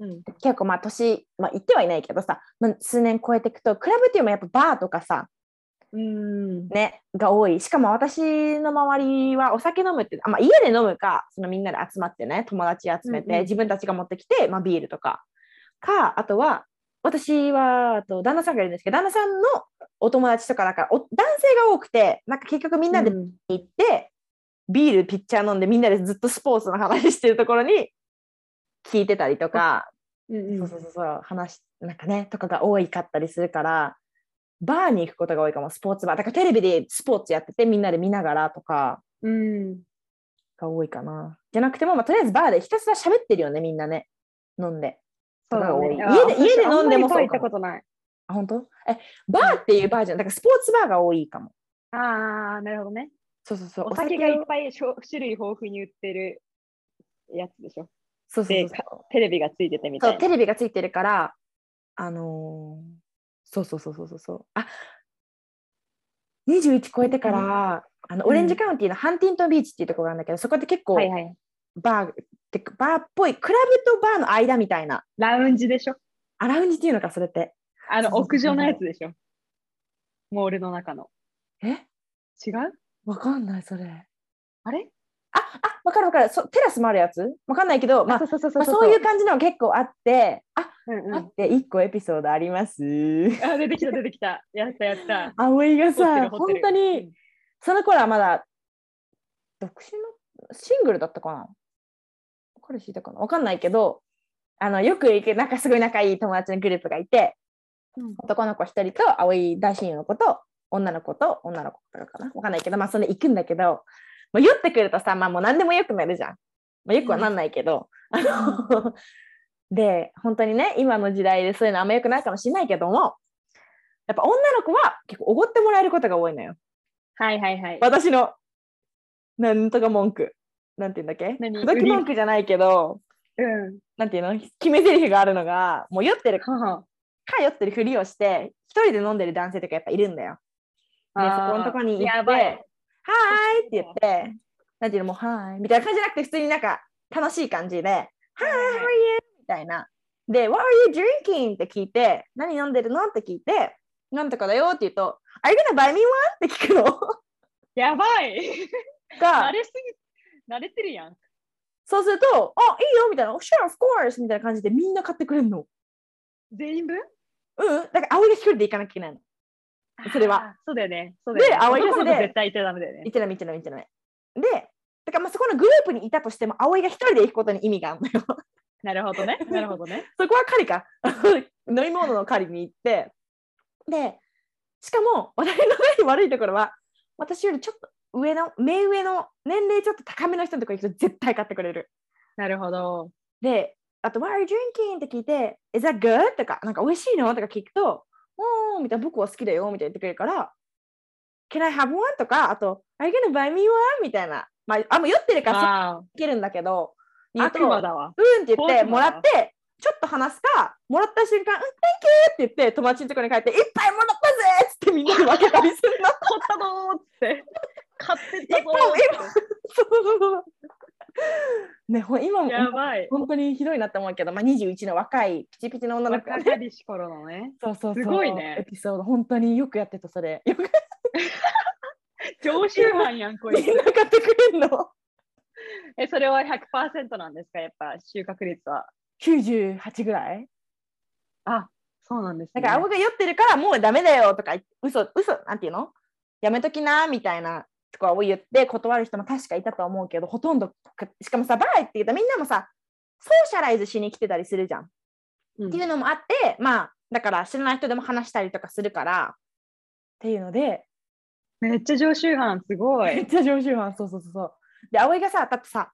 [SPEAKER 2] うん。
[SPEAKER 1] 結構まあ年、まあ行ってはいないけどさ、まあ、数年超えていくと、クラブっていうのはやっぱバーとかさ、
[SPEAKER 2] うん。
[SPEAKER 1] ね、が多い。しかも私の周りはお酒飲むって、あまあ、家で飲むか、そのみんなで集まってね、友達集めて、
[SPEAKER 2] うんうん
[SPEAKER 1] 自分たちが持ってきて、まあ、ビールとか。か、あとは、私はあと旦那さんがいるんですけど、旦那さんのお友達とかだから、お男性が多くて、なんか結局みんなで
[SPEAKER 2] うん
[SPEAKER 1] 行って、ビール、ピッチャー飲んで、みんなでずっとスポーツの話してるところに聞いてたりとか、
[SPEAKER 2] うん
[SPEAKER 1] そううんそうそうそう話なんかねとかが多いかったりするからバーに行くことが多いかもスポーツバーだからテレビでスポーツやっててみんなで見ながらとか
[SPEAKER 2] うん。
[SPEAKER 1] が多いかなじゃなくても、まあ、とりあえずバーでひたすら喋ってるよねみんなね飲んで
[SPEAKER 2] そうだね。
[SPEAKER 1] が多い家で
[SPEAKER 2] あ
[SPEAKER 1] 家で飲んでも
[SPEAKER 2] あま
[SPEAKER 1] そ
[SPEAKER 2] り
[SPEAKER 1] う
[SPEAKER 2] バー行った
[SPEAKER 1] かも
[SPEAKER 2] ことない。
[SPEAKER 1] あ本当えバーっていうバーじゃんだからスポーツバーが多いかも
[SPEAKER 2] ああ、なるほどね。
[SPEAKER 1] そうそうそう
[SPEAKER 2] お酒が
[SPEAKER 1] を
[SPEAKER 2] いっぱいしょ種類豊富に売ってるやつでしょ。
[SPEAKER 1] そうそうそう
[SPEAKER 2] でテレビがついててみ
[SPEAKER 1] そ
[SPEAKER 2] た
[SPEAKER 1] う
[SPEAKER 2] い
[SPEAKER 1] テ
[SPEAKER 2] な。
[SPEAKER 1] レビがついてるからあのーそうそうそうそうそうそうあ21超えてから、あの
[SPEAKER 2] うん
[SPEAKER 1] オレンジカウンティーのハンティントンビーチっていうところがあるんだけど、そこって結構
[SPEAKER 2] はいはい。
[SPEAKER 1] バーってかバーっぽいクラブとバーの間みたいな
[SPEAKER 2] ラウンジでしょ。
[SPEAKER 1] アラウンジっていうのかそれって
[SPEAKER 2] あ
[SPEAKER 1] そう
[SPEAKER 2] の
[SPEAKER 1] そう
[SPEAKER 2] 屋上のやつでしょ。モールの中の。
[SPEAKER 1] え
[SPEAKER 2] 違う
[SPEAKER 1] わかんないそれ
[SPEAKER 2] あれ
[SPEAKER 1] ああわかるわかるそテラスもあるやつわかんないけどまあ
[SPEAKER 2] そうそうそう
[SPEAKER 1] ま
[SPEAKER 2] そ
[SPEAKER 1] あ
[SPEAKER 2] う
[SPEAKER 1] そういう感じのも結構あってあ、
[SPEAKER 2] うんう
[SPEAKER 1] あ
[SPEAKER 2] ん
[SPEAKER 1] って1個エピソードあります
[SPEAKER 2] あ出てきた出てきた。やったやった。
[SPEAKER 1] 葵が
[SPEAKER 2] 掘って
[SPEAKER 1] さ
[SPEAKER 2] る掘っ
[SPEAKER 1] 本
[SPEAKER 2] てる
[SPEAKER 1] 当にその頃はまだ独身のシングルだったかな彼氏いたかなわかんないけどあのよく行くなんかすごい仲いい友達のグループがいて、
[SPEAKER 2] うん
[SPEAKER 1] 男の子一人と葵大親友の子と女の子と女の子とかかなわかんないけどまあそれ行くんだけど、まあ、酔ってくるとさまあもう何でもよくなるじゃん、まあ、よくはなんないけど、あので本当にね今の時代でそういうのあんまよくないかもしれないけどもやっぱ女の子は結構おごってもらえることが多いのよ
[SPEAKER 2] はいはいはい。
[SPEAKER 1] 私のなんとか文句なんて言うんだっけ
[SPEAKER 2] 何
[SPEAKER 1] 口説き文句じゃないけど
[SPEAKER 2] うん。
[SPEAKER 1] なんていうの決め台詞があるのがもう酔ってるか
[SPEAKER 2] は
[SPEAKER 1] 酔ってるふりをして一人で飲んでる男性とかやっぱいるんだよ。でそ
[SPEAKER 2] あー
[SPEAKER 1] このとこに行って「
[SPEAKER 2] や
[SPEAKER 1] は
[SPEAKER 2] ば
[SPEAKER 1] ー
[SPEAKER 2] い
[SPEAKER 1] い」って言ってなんていうのもう「はーい」みたいな感じじゃなくて普通になんか楽しい感じで
[SPEAKER 2] あ。はいはい
[SPEAKER 1] みたいな。で、What are you drinking? って聞いて、何飲んでるのって聞いて、なんとかだよって言うと、Are you gonna buy me one? って聞くの
[SPEAKER 2] やばい。慣
[SPEAKER 1] が、
[SPEAKER 2] れすぎ、慣れてるやん。
[SPEAKER 1] そうすると、あ、いいよみたいな、Sure, of course! みたいな感じでみんな買ってくれるの。
[SPEAKER 2] 全員分
[SPEAKER 1] うん、だから葵が一人で行かなきゃいけないの。それは
[SPEAKER 2] あー。そうだよね。そうだよね。
[SPEAKER 1] で青い
[SPEAKER 2] 男の子
[SPEAKER 1] やつで
[SPEAKER 2] 絶対いっちゃダメだよね
[SPEAKER 1] 行っ。てない、行ってない、行ってない。で、だからまあそこのグループにいたとしても、葵が一人で行くことに意味があるのよ。
[SPEAKER 2] なるほど ね。なるほどね。
[SPEAKER 1] そこは狩りか。 飲み物の狩りに行って。で、しかも、私の悪いところは、私よりちょっと上の、目上の、年齢ちょっと高めの人のところ行くと絶対買ってくれる。
[SPEAKER 2] なるほど。
[SPEAKER 1] で、あと、Why are you drinking? って聞いて、Is that good? とか、なんか美味しいのとか聞くと、うーん、みたいな、僕は好きだよ、みたいな言ってくれるから、Can I have one? とか、あと、Are you gonna buy me one? みたいな。まあ、あんま酔ってるからそう
[SPEAKER 2] あ
[SPEAKER 1] 聞けるんだけど、
[SPEAKER 2] あ、
[SPEAKER 1] 言うと
[SPEAKER 2] 悪魔だわ。
[SPEAKER 1] うんって言っ
[SPEAKER 2] 怖い
[SPEAKER 1] て、
[SPEAKER 2] な
[SPEAKER 1] もらって、ちょっと話すか、もらった瞬間、うん、Thank you! って言って、友達のところに帰って、いっぱいもらったぜっつってみんなに分けたりする の。
[SPEAKER 2] 買ったぞーっつって。買ってったぞーっつっ
[SPEAKER 1] そうそうそうそうね、ほん今
[SPEAKER 2] て。
[SPEAKER 1] も
[SPEAKER 2] やばい。
[SPEAKER 1] 本当にひどいなって思うけど、まあ、21の若いピチピチの女の子が
[SPEAKER 2] 若
[SPEAKER 1] ね、
[SPEAKER 2] かりし頃の ね。
[SPEAKER 1] そうそうそう
[SPEAKER 2] すごいね
[SPEAKER 1] エピソード、本当によくやってた、それ。よく
[SPEAKER 2] 常習犯やん、こい
[SPEAKER 1] み
[SPEAKER 2] つ
[SPEAKER 1] ん。な買ってくれるの。
[SPEAKER 2] え、それは100%なんですかやっぱ収穫率は。
[SPEAKER 1] 98ぐらい
[SPEAKER 2] あ、そうなんです
[SPEAKER 1] だ
[SPEAKER 2] ね。
[SPEAKER 1] から、青が酔ってるから、もうダメだよとか言って、嘘、嘘、なんていうのやめときな、みたいなとかを言って断る人も確かいたと思うけど、ほとんど、しかもさ、バー行って言うとみんなもさ、ソーシャライズしに来てたりするじゃん。
[SPEAKER 2] うん
[SPEAKER 1] っていうのもあって、まあ、だから知らない人でも話したりとかするから、っていうので、
[SPEAKER 2] めっちゃ常習犯、すご
[SPEAKER 1] めっ
[SPEAKER 2] い。
[SPEAKER 1] ちゃ常習犯、そうそうそうそう。で、葵がさ、だってさ、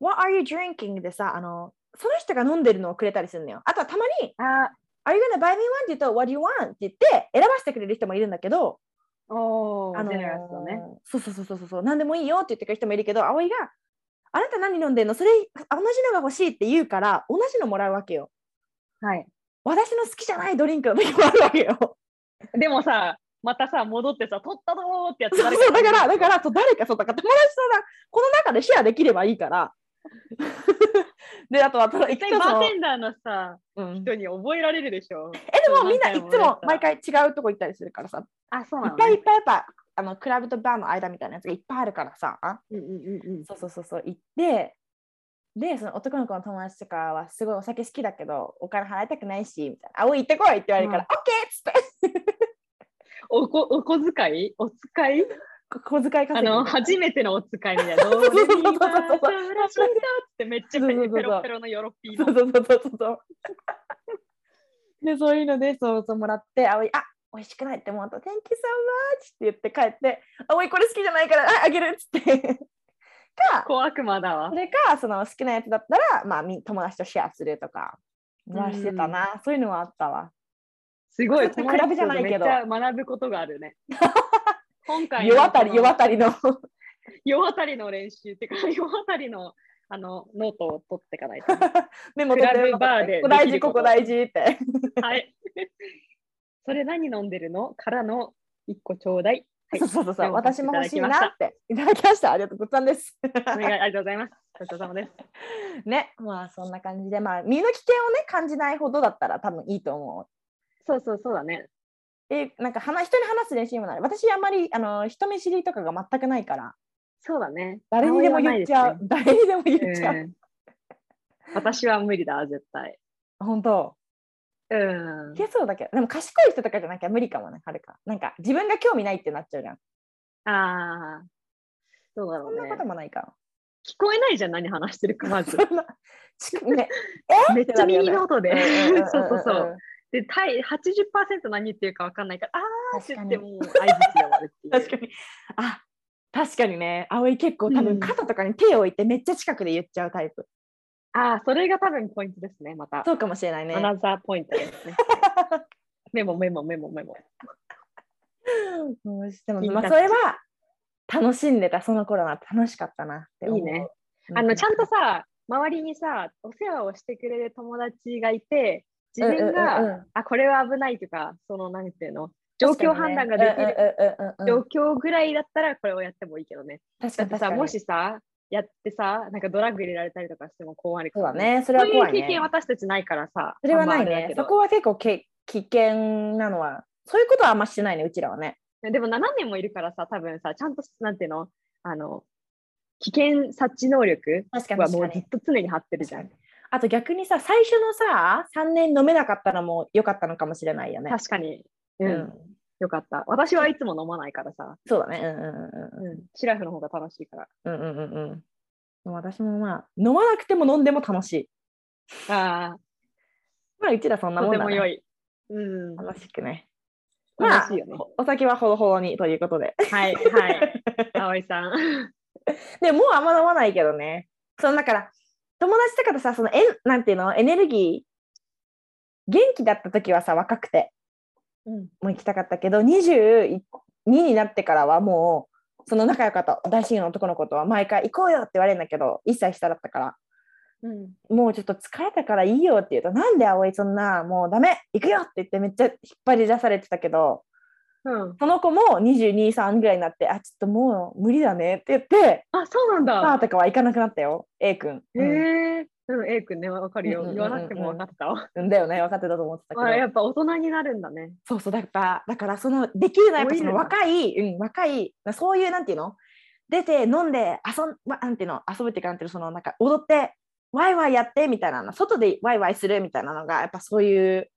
[SPEAKER 1] What are you drinking? でさ、あの、その人が飲んでるのをくれたりするのよ。あとはたまに、
[SPEAKER 2] あ、
[SPEAKER 1] Are you gonna buy me one? って言うと、What do you want? って言って、選ばせてくれる人もいるんだけど、
[SPEAKER 2] お
[SPEAKER 1] あ
[SPEAKER 2] ー、
[SPEAKER 1] の
[SPEAKER 2] ジェネラスだね。
[SPEAKER 1] そうそうそうそうそう何でもいいよって言ってくれる人もいるけど葵が「あなた何飲んでんのそれあ同じのが欲しい」って言うから同じのもらうわけよ
[SPEAKER 2] はい。
[SPEAKER 1] 私の好きじゃないドリンクの時もあるわけよ
[SPEAKER 2] でもさ、またさ、戻ってさ、取ったぞーってやつ
[SPEAKER 1] そうそうだからだからそう誰かそうだから友達とさこの中でシェアできればいいから であとはただ
[SPEAKER 2] 一
[SPEAKER 1] 行く
[SPEAKER 2] 回
[SPEAKER 1] とそ
[SPEAKER 2] バー
[SPEAKER 1] の
[SPEAKER 2] テンダーのさ、
[SPEAKER 1] うん
[SPEAKER 2] 人に覚えられるでしょ。
[SPEAKER 1] えでもみんない
[SPEAKER 2] そう
[SPEAKER 1] つも
[SPEAKER 2] 何
[SPEAKER 1] 毎
[SPEAKER 2] 回
[SPEAKER 1] 回違うとこ行ったりするからさい
[SPEAKER 2] あ、そうな
[SPEAKER 1] っ
[SPEAKER 2] の、
[SPEAKER 1] ぱいい
[SPEAKER 2] ね
[SPEAKER 1] っ。ぱいやっぱあのクラブとバーの間みたいなやつがいっぱいあるからさ
[SPEAKER 2] うんうんうんうん
[SPEAKER 1] そうそうそうそう行ってでその男の子の友達とかはすごいお酒好きだけどお金払いたくないしみたいな「あおい行ってこい」って言われるから「オッケー!」っつって
[SPEAKER 2] おこお小遣いお使い
[SPEAKER 1] こ小遣い稼
[SPEAKER 2] あ
[SPEAKER 1] ぎ
[SPEAKER 2] の、初めてのお使いみたいな。どう
[SPEAKER 1] そうそうそうそう
[SPEAKER 2] ってめっちゃ
[SPEAKER 1] そうそうそう
[SPEAKER 2] ペロペロのヨロピー
[SPEAKER 1] そ
[SPEAKER 2] の
[SPEAKER 1] うそうそうそうそうそう でそういうのでそうそうもらって「あおいあ美味しくない」って思うと「Thank you so much」って言って帰って「あおいこれ好きじゃないからああげる」っつってか
[SPEAKER 2] 小悪魔だ わ
[SPEAKER 1] そ。れかその好きなやつだったら、まあ、み友達とシェアするとかはしてたな、そういうのはあったわ
[SPEAKER 2] すごい。
[SPEAKER 1] ちょっと比べじゃないけど
[SPEAKER 2] 友達とめっちゃ学ぶことがあるね。今回の
[SPEAKER 1] 世渡り世渡りの
[SPEAKER 2] 夜あたりの練習っていうか、夜あたりのあのノートを取っていかないと。
[SPEAKER 1] メモ取って
[SPEAKER 2] クラブバーで
[SPEAKER 1] ここ大
[SPEAKER 2] で
[SPEAKER 1] 事、
[SPEAKER 2] きるこ
[SPEAKER 1] ことこ大事って。
[SPEAKER 2] はい。それ何飲んでるのからの一個ちょうだい。はい
[SPEAKER 1] そうそうそうそう、
[SPEAKER 2] メモさ
[SPEAKER 1] 私
[SPEAKER 2] せてい
[SPEAKER 1] も
[SPEAKER 2] ただ
[SPEAKER 1] 欲し
[SPEAKER 2] き
[SPEAKER 1] い
[SPEAKER 2] ました
[SPEAKER 1] なって。いただきました。ありがとうございます。
[SPEAKER 2] お願い、ありがとうございます。ごちそうさまです。
[SPEAKER 1] ね、まあそんな感じで、まあ身の危険をね、感じないほどだったら多分いいと思う。
[SPEAKER 2] そうそうそうだね。
[SPEAKER 1] え、なんか話人に話す練習にもなる。私、あんまりあの人見知りとかが全くないから、
[SPEAKER 2] そうだね。
[SPEAKER 1] 誰にでも言っちゃう。誰にでも言
[SPEAKER 2] 顔
[SPEAKER 1] っ
[SPEAKER 2] 色
[SPEAKER 1] ちゃ
[SPEAKER 2] が
[SPEAKER 1] う。
[SPEAKER 2] ないですね。うん私は無理だ、絶対。
[SPEAKER 1] 本当。
[SPEAKER 2] うん
[SPEAKER 1] い。けそうだけど、でも賢い人とかじゃなきゃ無理かもね、はるか。なんか自分が興味ないってなっちゃうじゃん。
[SPEAKER 2] ああ。どうだろ
[SPEAKER 1] そ
[SPEAKER 2] うんね。
[SPEAKER 1] なこともないか。
[SPEAKER 2] 聞こえないじゃん、何話してるか、 まず。
[SPEAKER 1] そんなち ね、
[SPEAKER 2] めっちゃ耳の音で。
[SPEAKER 1] うんんんん
[SPEAKER 2] そうそうそう。。で、対80%何言ってるか分かんないから、ああって
[SPEAKER 1] 確
[SPEAKER 2] 言
[SPEAKER 1] か
[SPEAKER 2] っ
[SPEAKER 1] に
[SPEAKER 2] てもう相槌で終わるっていう。
[SPEAKER 1] 確かに。あ確かにね、葵結構多
[SPEAKER 2] うん
[SPEAKER 1] 分肩とかに手を置いてめっちゃ近くで言っちゃうタイプ。
[SPEAKER 2] ああ、それが多分ポイントですね、また。
[SPEAKER 1] そうかもしれないね
[SPEAKER 2] ア。ナザーポイントで すね。メモメモメモメモ。
[SPEAKER 1] うんでも
[SPEAKER 2] いい
[SPEAKER 1] まあ
[SPEAKER 2] タッチ
[SPEAKER 1] それは楽しんでたその頃は楽しかったなって思う
[SPEAKER 2] いいね。
[SPEAKER 1] う
[SPEAKER 2] あの、ちゃんとさ、周りにさ、お世話をしてくれる友達がいて、自分が、
[SPEAKER 1] うんうんうんうん
[SPEAKER 2] あ、これは危ないとか、その、なんていうの、状況判断ができる
[SPEAKER 1] うんうんうんうんうん
[SPEAKER 2] 状況ぐらいだったら、これをやってもいいけどね。
[SPEAKER 1] 確か
[SPEAKER 2] だっ
[SPEAKER 1] に
[SPEAKER 2] て
[SPEAKER 1] 確
[SPEAKER 2] さ、
[SPEAKER 1] かに。
[SPEAKER 2] もしさ、やってさ、なんかドラッグ入れられたりとかしても困るか
[SPEAKER 1] そう
[SPEAKER 2] ら
[SPEAKER 1] だ。ね、それは
[SPEAKER 2] そう
[SPEAKER 1] 怖
[SPEAKER 2] いう
[SPEAKER 1] い
[SPEAKER 2] 経験
[SPEAKER 1] ね。
[SPEAKER 2] 私たちないからさ。
[SPEAKER 1] それはない
[SPEAKER 2] あんまあれ
[SPEAKER 1] ね
[SPEAKER 2] だけ。ど
[SPEAKER 1] そこは結構け危険なのは、そういうことはあんましてないね、うちらはね。
[SPEAKER 2] でも7年もいるからさ、多分さ、ちゃんと、なんていうの、あの、危険察知能力
[SPEAKER 1] 確かに
[SPEAKER 2] は
[SPEAKER 1] 確か
[SPEAKER 2] もうず
[SPEAKER 1] に
[SPEAKER 2] っ。と常に張ってるじゃん。
[SPEAKER 1] あと逆にさ、最初のさ、3年飲めなかったのも良かったのかもしれないよね。
[SPEAKER 2] 確かに。うん、
[SPEAKER 1] うん
[SPEAKER 2] よかった。私はいつも飲まないからさ、
[SPEAKER 1] そうだね。うんうん
[SPEAKER 2] うん、シラフの方が楽しいから。
[SPEAKER 1] うんうんうんうんうん。でも私もまあ、飲まなくても飲んでも楽しい。
[SPEAKER 2] あ
[SPEAKER 1] まあ、うちらそんな
[SPEAKER 2] あ、と
[SPEAKER 1] もん
[SPEAKER 2] て
[SPEAKER 1] だ
[SPEAKER 2] も
[SPEAKER 1] ね
[SPEAKER 2] 良い。うん、
[SPEAKER 1] 楽しくね。ま
[SPEAKER 2] 楽
[SPEAKER 1] あ
[SPEAKER 2] しいよね。、
[SPEAKER 1] おお酒はほどほどにということで。
[SPEAKER 2] はい、はい。葵さん。
[SPEAKER 1] でもうあんま飲まないけどね。そのだから、友達とかとさ、そのえんなんていうの、エネルギー、元気だった時はさ、若くて、
[SPEAKER 2] うん、
[SPEAKER 1] もう行きたかったけど、22になってからはもう、その仲良かった大親友の男の子とは毎回行こうよって言われるんだけど、1歳下だったから、
[SPEAKER 2] うん、
[SPEAKER 1] もうちょっと疲れたからいいよって言うと、なんで葵そんな、もうダメ、行くよって言ってめっちゃ引っ張り出されてたけど、
[SPEAKER 2] うん。
[SPEAKER 1] その子も22、3ぐらいになって、あ、ちょっともう無理だねって言って、
[SPEAKER 2] あ、そうなん
[SPEAKER 1] バー
[SPEAKER 2] だ。
[SPEAKER 1] とかは行かなくなったよ、A 君。
[SPEAKER 2] へ
[SPEAKER 1] うん
[SPEAKER 2] え。うん、A 君ね、わかるよ。
[SPEAKER 1] うんうんうん
[SPEAKER 2] 言わなくても分かってたわ。
[SPEAKER 1] うんだよね、分かってたと思ってたけど。
[SPEAKER 2] まあ、やっぱ大人になるんだね。
[SPEAKER 1] そうそう、だから、だからその、できるのはやっぱその
[SPEAKER 2] 老いるな
[SPEAKER 1] 若い、うん、若い、そういう、なんていうの出て、飲んで、遊ん、わなんていうの遊ぶっていうか、なんていうのその、なんか、踊って、ワイワイやって、みたいなの、外でワイワイするみたいなのが、やっぱそういう、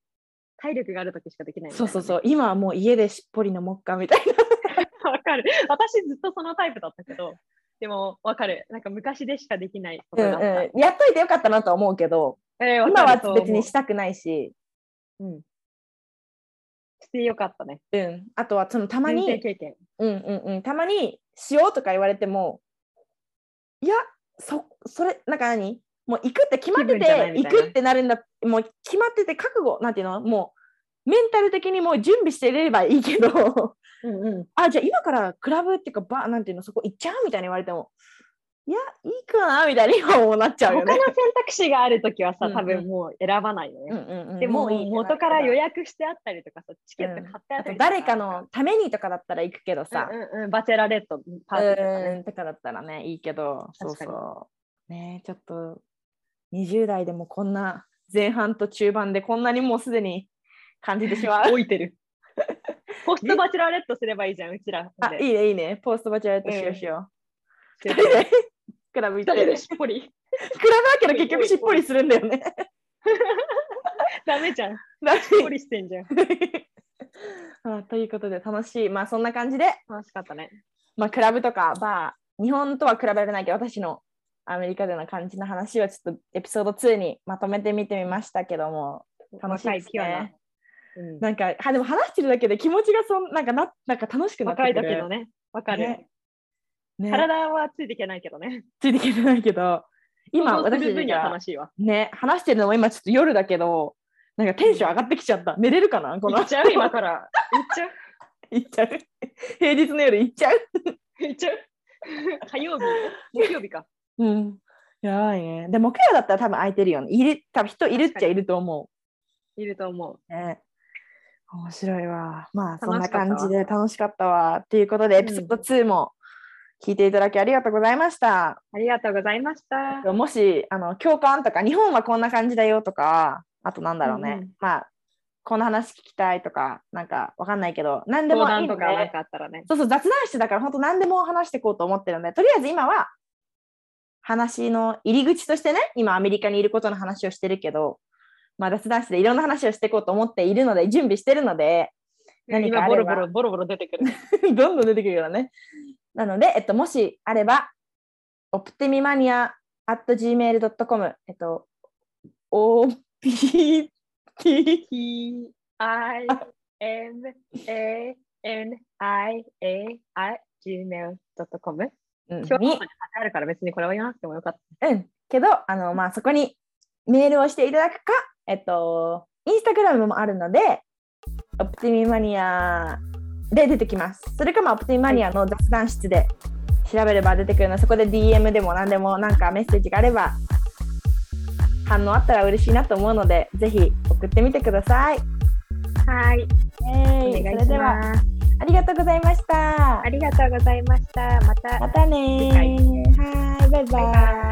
[SPEAKER 2] 体力がある時しかできないみたい
[SPEAKER 1] そ
[SPEAKER 2] な
[SPEAKER 1] う
[SPEAKER 2] ね。
[SPEAKER 1] そうそう、今はもう家でしっぽりのもっかみたいな。
[SPEAKER 2] わかる。私ずっとそのタイプだったけど、でもわかる。なんか昔でしかできないこと
[SPEAKER 1] うん
[SPEAKER 2] だった。
[SPEAKER 1] うん、やっといてよかったなとは思うけど、
[SPEAKER 2] えーわ
[SPEAKER 1] 今
[SPEAKER 2] か
[SPEAKER 1] は
[SPEAKER 2] るそう
[SPEAKER 1] 別にし
[SPEAKER 2] した
[SPEAKER 1] くないし、
[SPEAKER 2] うん、してよかったね。
[SPEAKER 1] うん、あとはそのたまに、
[SPEAKER 2] 人生経験。
[SPEAKER 1] うんうんうん、たまにしようとか言われてもいやそそれなんか何もう行くって決まって
[SPEAKER 2] 気分じゃない
[SPEAKER 1] て
[SPEAKER 2] み
[SPEAKER 1] 行
[SPEAKER 2] たいな
[SPEAKER 1] くってなるんだもう決まってて覚悟なんていうのもうメンタル的にもう準備していればいいけど
[SPEAKER 2] うんうん。
[SPEAKER 1] あじゃあ今からクラブっていうかバーなんていうのそこ行っちゃうみたいに言われてもいやいいかなみたいに今もうなっちゃう
[SPEAKER 2] 他
[SPEAKER 1] よ
[SPEAKER 2] の選
[SPEAKER 1] ね。
[SPEAKER 2] 択肢があるときは
[SPEAKER 1] う
[SPEAKER 2] さ、
[SPEAKER 1] んうん
[SPEAKER 2] 多分もう選ばないよね。
[SPEAKER 1] うんうんうん
[SPEAKER 2] でも
[SPEAKER 1] いいってなる
[SPEAKER 2] 元から予約してあったりとかさ、チケット買ってあ
[SPEAKER 1] あ
[SPEAKER 2] った
[SPEAKER 1] と
[SPEAKER 2] りと
[SPEAKER 1] 誰かのためにとかだったら行くけどさ、
[SPEAKER 2] うんうんうん、バチェラレットパーティーとか
[SPEAKER 1] う
[SPEAKER 2] ね。
[SPEAKER 1] んとかだったらねいいけどそう
[SPEAKER 2] 確かに
[SPEAKER 1] そうねちょっと20代でもこんな前半と中盤でこんなにもうすでに感じてしまう
[SPEAKER 2] 置い てる。ポストバチェラレットすればいいじゃん、うちら。
[SPEAKER 1] あいいねいいねポストバチェラレットしようしよう、
[SPEAKER 2] 一
[SPEAKER 1] 二人でクラブ行っ
[SPEAKER 2] 人
[SPEAKER 1] て
[SPEAKER 2] でしっぽり。
[SPEAKER 1] クラブだけど結局しっぽりするんだよね
[SPEAKER 2] ダメじゃん。し
[SPEAKER 1] だ
[SPEAKER 2] っぽりしてんじゃん。
[SPEAKER 1] しあということで楽しいまあそんな感じで、
[SPEAKER 2] 楽し かったね。
[SPEAKER 1] まあ、クラブとかバー日本とは比べられないけど私のアメリカでの感じの話をちょっとエピソード2にまとめてみてみましたけども楽しいですね
[SPEAKER 2] 若いピュアな。
[SPEAKER 1] なんかはでも話してるだけで気持ちがそんなんかななんか楽しくなって
[SPEAKER 2] 若い
[SPEAKER 1] く
[SPEAKER 2] 時
[SPEAKER 1] る
[SPEAKER 2] のね、わかる、
[SPEAKER 1] ねね
[SPEAKER 2] 体はついていけないけどね。
[SPEAKER 1] ついてきてないけど 今
[SPEAKER 2] 想像
[SPEAKER 1] 私
[SPEAKER 2] する分には
[SPEAKER 1] が
[SPEAKER 2] 楽しいわ。
[SPEAKER 1] ね話してるのも今ちょっと夜だけどなんかテンション上がってきちゃ った寝れるかなこの
[SPEAKER 2] 行っちゃ う今から。行っちゃう。
[SPEAKER 1] 行っちゃう平日の夜行っちゃう
[SPEAKER 2] 行っちゃう。火曜日、木曜日か。
[SPEAKER 1] うん。やばいね。で、木曜だったら多分空いてるよね。いる、多分人いるっちゃいると思
[SPEAKER 2] いると思う。
[SPEAKER 1] う。ね。面白いわ。まあ、そん
[SPEAKER 2] 楽
[SPEAKER 1] な
[SPEAKER 2] しかったわ
[SPEAKER 1] 感じで楽しかったわ。ということで、エ
[SPEAKER 2] ん
[SPEAKER 1] ピソード2も聞いていただきありがとうございました。
[SPEAKER 2] ありがとうございました。
[SPEAKER 1] もし、あの、共感とか、日本はこんな感じだよとか、あとなんだろうね。
[SPEAKER 2] うんうん
[SPEAKER 1] まあ、この話聞きたいとか、なんかわかんないけど、何で
[SPEAKER 2] 相
[SPEAKER 1] もいい
[SPEAKER 2] 談
[SPEAKER 1] の
[SPEAKER 2] と
[SPEAKER 1] で
[SPEAKER 2] かなんかあったらね。
[SPEAKER 1] そうそう、雑談室だから本当何でも話していこうと思ってるので、とりあえず今は話の入り口としてね、今アメリカにいることの話をしてるけど、まあ、雑談室でいろんな話をしていこうと思っているので、準備してるので、何か
[SPEAKER 2] 今
[SPEAKER 1] あ
[SPEAKER 2] ボ
[SPEAKER 1] れ
[SPEAKER 2] ロ
[SPEAKER 1] ば
[SPEAKER 2] ボロボロボロ出てくる。
[SPEAKER 1] どんどん出てくるからね。なので、えっと、もしあれば、オプティミマニア at gmail.com、えっと、OPT
[SPEAKER 2] T I M A N I A I gmail.com
[SPEAKER 1] うん
[SPEAKER 2] 今日
[SPEAKER 1] に、
[SPEAKER 2] あるから別にこれを言わなくてもよかった。
[SPEAKER 1] うん、けど、あの、まあ、そこにメールをしていただくか、えっと、インスタグラムもあるので、オプティミマニアで出てきます。それか、まあ、オプティミマニアの雑談室で調べれば出てくるので、そこで DM でも何でも、なんかメッセージがあれば、反応あったら嬉しいなと思うので、ぜひ送ってみてください。
[SPEAKER 2] はい、
[SPEAKER 1] お
[SPEAKER 2] お願い
[SPEAKER 1] それ
[SPEAKER 2] し
[SPEAKER 1] では、
[SPEAKER 2] ます。
[SPEAKER 1] ありがとうございました
[SPEAKER 2] あ。りがとうございました。また
[SPEAKER 1] またねー。はい、バイバイ。